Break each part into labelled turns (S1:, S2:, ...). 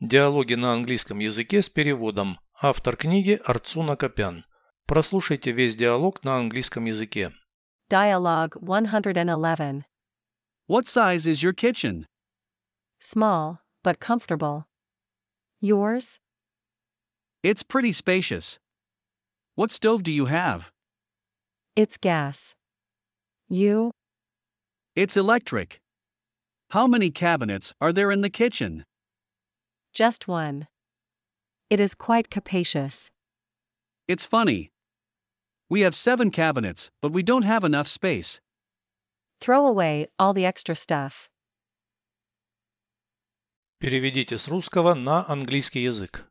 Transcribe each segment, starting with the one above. S1: Диалоги на английском языке с переводом. Автор книги Арцуна Копян. Прослушайте весь диалог на английском языке.
S2: Dialogue 111.
S3: What size is your kitchen?
S2: Small, but comfortable. Yours?
S3: It's pretty spacious. What stove do you have?
S2: It's gas. You?
S3: It's electric. How many cabinets are there in the kitchen?
S2: Just one. It is quite capacious.
S3: It's funny. We have seven cabinets, but we don't have enough space.
S2: Throw away all the extra stuff.
S1: Переведите с русского на английский язык.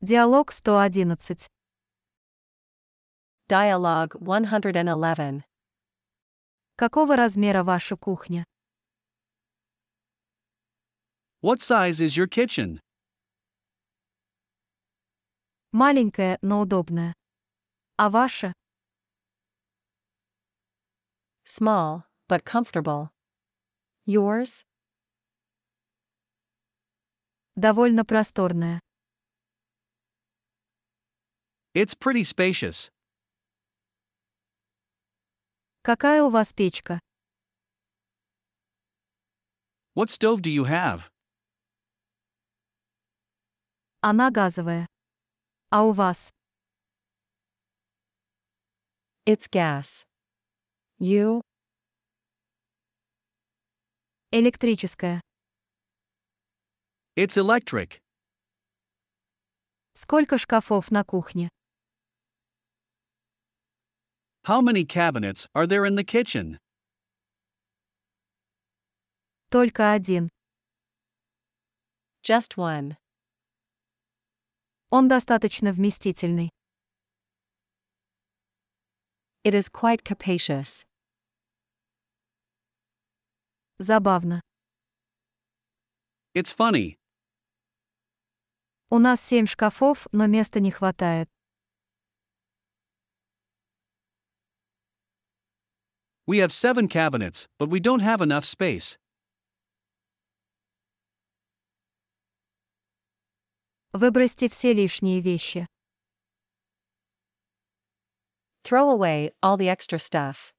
S4: Диалог 111.
S2: Dialogue 111.
S4: Какого размера ваша кухня?
S3: What size is your kitchen?
S4: Маленькая, но удобная. А ваша?
S2: Small, but comfortable. Yours?
S4: Довольно просторная.
S3: It's pretty spacious.
S4: Какая у вас печка?
S3: What stove do you have?
S4: Она газовая. А у вас?
S2: It's gas. You?
S4: Электрическая.
S3: It's electric.
S4: Сколько шкафов на кухне?
S3: How many cabinets are there in the kitchen?
S4: Только один.
S2: Just one.
S4: Он достаточно вместительный.
S2: It is quite capacious.
S4: Забавно.
S3: It's funny.
S4: У нас семь шкафов, но места не хватает.
S3: We have seven cabinets, but we don't have enough space.
S4: Выбросьте все лишние вещи.
S2: Throw away all the extra stuff.